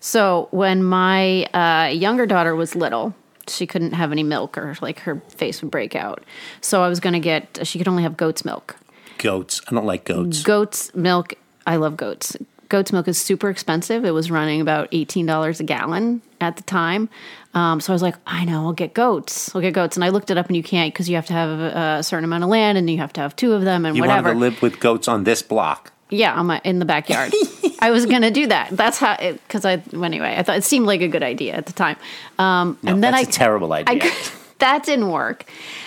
So when my uh, younger daughter was little, she couldn't have any milk or like her face would break out. So I was going to get, she could only have goat's milk. Goats. I don't like Mm. goats. Goat's milk, I love goats. Goat's milk is super expensive. It was running about $18 a gallon at the time. Um, so I was like, I know, I'll get goats. I'll get goats. And I looked it up and you can't because you have to have a certain amount of land and you have to have two of them and you whatever. wanted to live with goats on this block. Yeah, on my in the backyard. I was gonna do that. That's how because I well, anyway. I thought it seemed like a good idea at the time. Um, No, and then that's I a terrible I idea. could- that didn't work.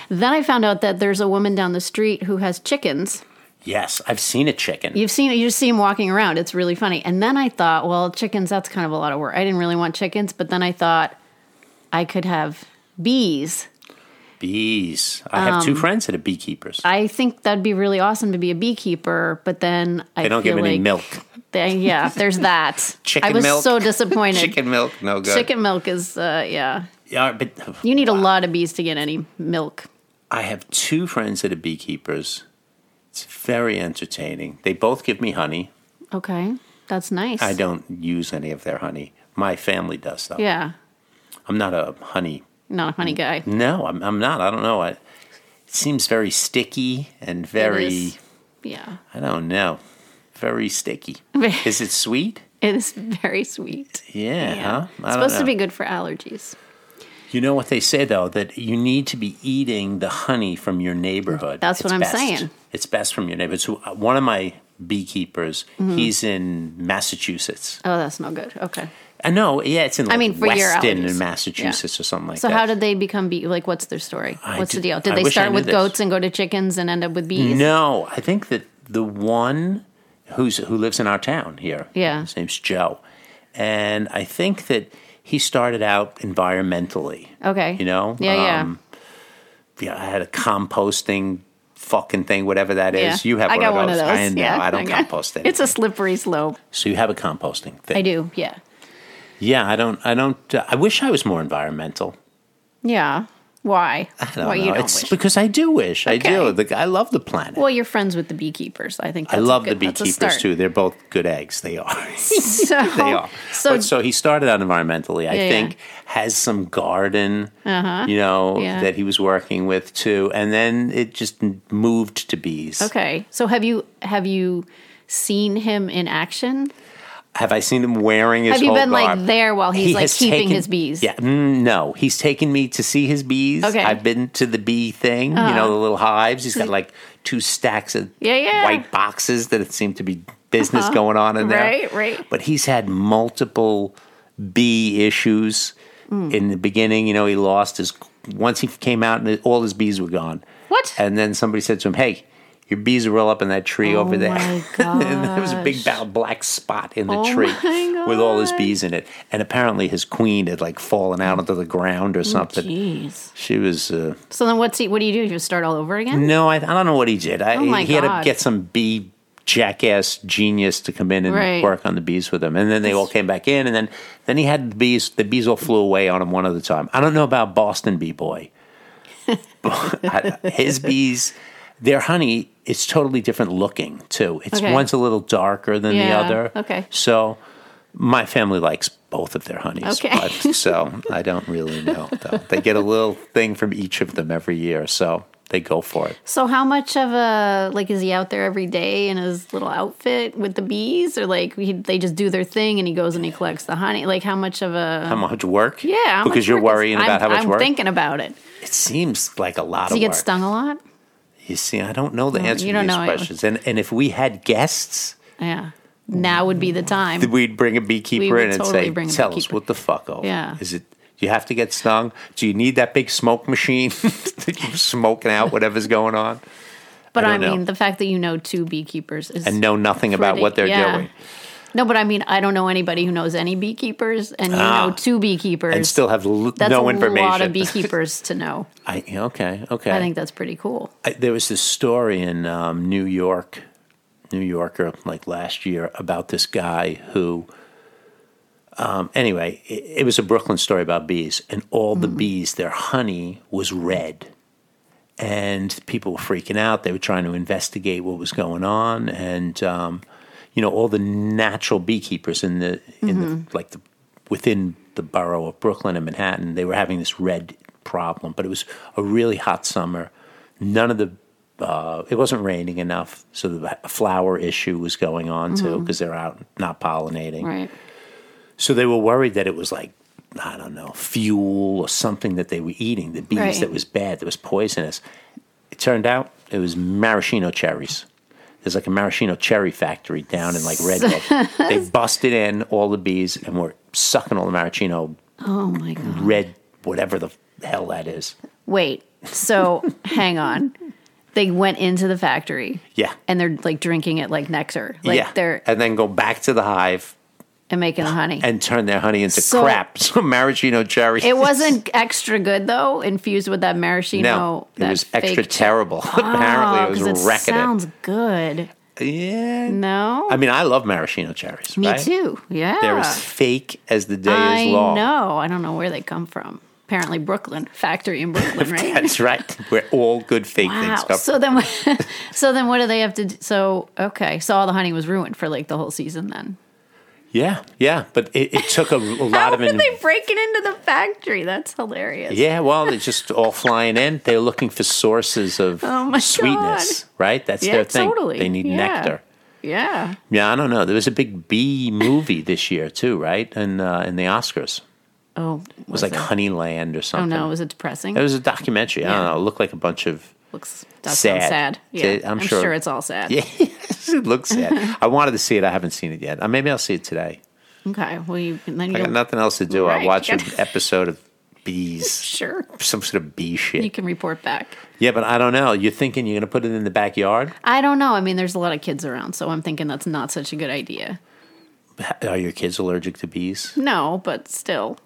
Then I found out that there's a woman down the street who has chickens. yes, I've seen a chicken. You've seen you just see him walking around. It's really funny. And then I thought, well, chickens. That's kind of a lot of work. I didn't really want chickens, but then I thought I could have bees. Bees. I have two friends that are beekeepers. Um, I think that'd be really awesome to be a beekeeper. But then I they don't feel give any like milk. They, yeah, there's that. Chicken I was milk. so disappointed. Chicken milk, no good. Chicken milk is, uh, yeah. Yeah, but You need a lot of bees to get any milk. I have two friends that are beekeepers. It's very entertaining. They both give me honey. Okay, that's nice. I don't use any of their honey. My family does though. Yeah, I'm not a honey. not a funny guy. No, I'm, I'm not. I don't know. I, it seems very sticky and It very. is- yeah, I don't know. Very sticky. Very- Is it sweet? it is very sweet. Yeah. Huh? I it's don't supposed know. to be good for allergies. You know what they say though that you need to be eating the honey from your neighborhood. That's what It's I'm best. saying. It's best from your neighborhood. So uh, one of my beekeepers, Mm-hmm. he's in Massachusetts. Oh, that's no good. Okay. I know. Yeah, it's in. Like mean, for your Weston allergies. in Massachusetts or something like So that. how did they become bee? Like, what's their story? I what's the did- deal? Did I they wish I start knew with this. goats and go to chickens and end up with bees? No, I think that the one who's who lives in our town here. Yeah. His name's Joe. And I think that he started out environmentally. Okay. You know? um, Yeah, yeah. yeah. I had a composting fucking thing, whatever that is. Yeah. You have I one, got of one those. of those. I know. Yeah. I don't Okay. compost anything. It's a slippery slope. so you have a composting thing. I do. Yeah. Yeah, I don't I don't uh, I wish I was more environmental. Yeah. Why? I don't well, know. you don't it's wish. because I do wish. I do. Okay. The, I love the planet. Well, you're friends with the beekeepers. I think I that's a love the good- that's a beekeepers start. too. They're both good eggs. They are. So they are. So but, so he started out environmentally. I Yeah, yeah. think has some garden, you know, Yeah. that he was working with too, and then it just n- moved to bees. okay. So have you have you seen him in action? Have I seen him wearing his? Have you whole been, like, garb? there while he's, like, has keeping his bees? Yeah, mm, no, he's taken me to see his bees. Okay. Uh-huh. I've been to the bee thing. You know, the little hives. He's got like two stacks of Yeah, yeah. Uh-huh. white boxes that it seemed to be business going on in there. Right, right. But he's had multiple bee issues. Hmm. In the beginning, you know, he lost his. Once he came out, and all his bees were gone. What? And then somebody said to him, "Hey." Your bees are all up in that tree over there. Oh, my and there was a big bou- black spot in the Oh tree my with all his God. bees in it. And apparently his queen had like fallen out onto the ground Oh, or something. Jeez. She was uh, So then what's he what do you do? You just start all over again? no, I, I don't know what he did. I, Oh my he had God. to get some bee jackass genius to come in and Right. work on the bees with him, and then they all came back in, and then then he had the bees. The bees all flew away on him one at a time. I don't know about Boston Bee Boy, but his bees, their honey is totally different looking too. It's Okay. one's a little darker than Yeah, the other. okay. so. My family likes both of their honeys, Okay. but- so I don't really know. Though they get a little thing from each of them every year, so they go for it. So how much of a like is he out there every day in his little outfit with the bees or like he, they just do their thing and he goes and he collects the honey? Like how much of a how much work? Oh. yeah, how much because you're work is- worrying about I'm, how much I'm work. thinking about it. it seems like a lot Does he of get work. stung a lot? You see, I don't know the answer you to don't these know it. questions, and and if we had guests, Yeah. Now would be the time. we'd bring a beekeeper would in and totally say, bring a "Tell us beekeeper." what the fuck, oh, Yeah. is it?" You have to get stung. Do you need that big smoke machine that you're smoking out whatever's going on? But I I, don't know. mean, the fact that you know two beekeepers is And know nothing about what they're Pretty- yeah. doing. no. But I mean, I don't know anybody who knows any beekeepers, and you Ah. know two beekeepers. And still have l- that's no a information. lot of beekeepers to know. I, okay, okay. I think that's pretty cool. I, there was this story in um, New York, New Yorker, like last year, about this guy who. Um, anyway, it, it was a Brooklyn story about bees, and all the bees, their honey was red, and people were freaking out. They were trying to investigate what was going on, and um, you know all the natural beekeepers in the in the like the within the borough of Brooklyn and Manhattan. They were having this red problem, but it was a really hot summer. None of the uh, it wasn't raining enough, so the flower issue was going on too because they're out not pollinating. Right. So they were worried that it was like, I don't know, fuel or something that they were eating, the bees Right. that was bad, that was poisonous. It turned out it was maraschino cherries. There's like a maraschino cherry factory down in like Red Hook. they busted in all the bees and were sucking all the maraschino Oh my god. red, whatever the hell that is. Wait. So hang on. They went into the factory. Yeah. And they're like drinking it like nectar. Like yeah. they're and then go back to the hive and making the honey. and turn their honey into So- crap. So maraschino cherries. it wasn't extra good though, infused with that maraschino. No, it that was extra fake- terrible. Apparently, Oh, it 'cause was wrecking sounds good. it. Yeah, No, I mean, I love maraschino cherries. me right? too. Yeah, They're as fake as the day I is long. know. I don't know where they come from. Apparently, Brooklyn factory in Brooklyn, right? That's right. Where all good fake things wow. come So then, what- so then, what do they have to? do? So okay, so all the honey was ruined for like the whole season. Then from. Yeah, yeah. But it, it took a, a lot how of. are In- they breaking into the factory? That's hilarious. yeah, well, they're just all flying in. They're looking for sources of Oh, my sweetness, right? That's Yeah, their thing. totally. They need Yeah. nectar. Yeah. Yeah, I don't know. There was a big bee movie this year too, right? And uh, in the Oscars, it Oh, was, like Honeyland or oh something. no, was it depressing? It was a documentary. I don't Yeah. know. It looked like a bunch of. Looks that sad. sounds sad. Yeah, It- I'm I'm, sure- sure. it's all sad. it looks sad. I wanted to see it. I haven't seen it yet. Uh, Maybe I'll see it today. Okay. Well, you, and then I you got don't- nothing else to do. Right, I'll you watch an gotta- episode of bees, sure some sort of bee shit. you can report back. yeah, but I don't know. You're thinking you're going to put it in the backyard? I don't know. I mean, there's a lot of kids around, so I'm thinking that's not such a good idea. Are your kids allergic to bees? No, but still,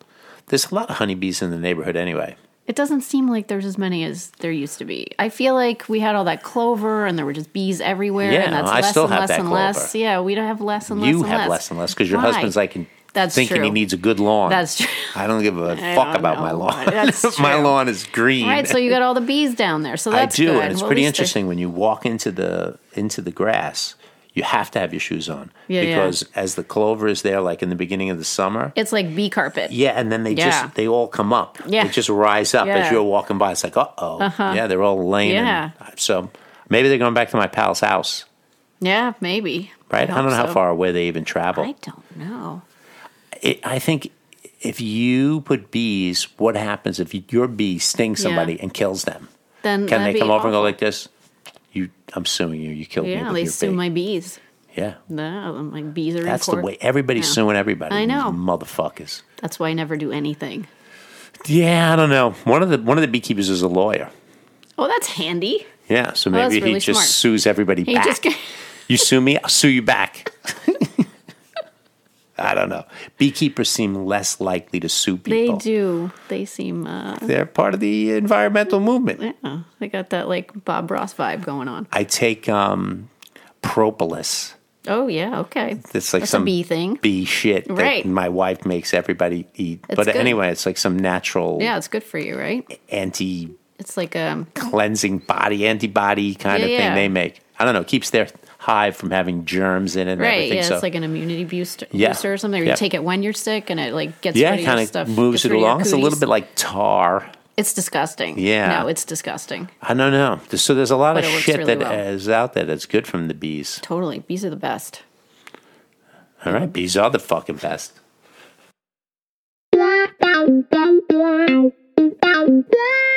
There's a lot of honeybees in the neighborhood anyway. it doesn't seem like there's as many as there used to be. I feel like we had all that clover, and there were just bees everywhere. Yeah, and that's I less still and have less that and less. clover. Yeah, we don't have less and less. you and have less. less and less because your Why? husband's like in- That's thinking he true. needs a good lawn. That's true. I don't give a I fuck don't about my know. lawn. That's my true. lawn is green. All right, so you got all the bees down there. So I that's do, good. and it's Well, at pretty least they're- interesting when you walk into the into the grass. You have to have your shoes on Yeah, yeah. because as the clover is there, like in the beginning of the summer, It's like bee carpet. yeah, and then they Yeah. just they all come up. Yeah. they just rise up as Yeah. Uh-huh. you're walking by. It's like, uh oh, yeah, they're all laying. in. Yeah. so maybe they're going back to my pal's house, Yeah, maybe. right? I, hope don't know how so. far away they even travel. I don't know. it, I think if you put bees, what happens if your bee stings Yeah. somebody and kills them? Then Can that'd they be come over and go awful. like this? You, I'm suing you. You killed me. Yeah, with they your sue bee. my bees. Yeah, No, my bees are that's in the court. way everybody's Yeah. suing everybody. I these know. motherfuckers. That's why I never do anything. Yeah, I don't know. One of the one of the beekeepers is a lawyer. Oh, that's handy. Yeah, so Oh, that's maybe he really just smart. sues everybody He back. just you sue me, I'll sue you back. I don't know. Beekeepers seem less likely to sue they people. do. They seem uh They're part of the environmental movement. yeah, they got that like Bob Ross vibe going on. I take um, propolis. Oh yeah, okay. It's like That's a some bee thing. bee shit that Right. my wife makes everybody eat. It's but good. anyway, it's like some natural Yeah, it's good for you, right? anti It's like um cleansing body antibody kind Yeah, of thing yeah. they make. I don't know. It keeps their hive from having germs in it and right, everything. yeah, so it's like an immunity booster, Yeah. booster or something. Or Yeah. You take it when you're sick and it like gets yeah, rid of it your kind of stuff. moves gets it rid of your along. It's a little cooties. bit like tar. It's disgusting. Yeah. No, it's disgusting. I don't know. So there's a lot But of it works shit really that is well. out there that's good from the bees. Totally. Bees are the best. All right, bees are the fucking best. Bye.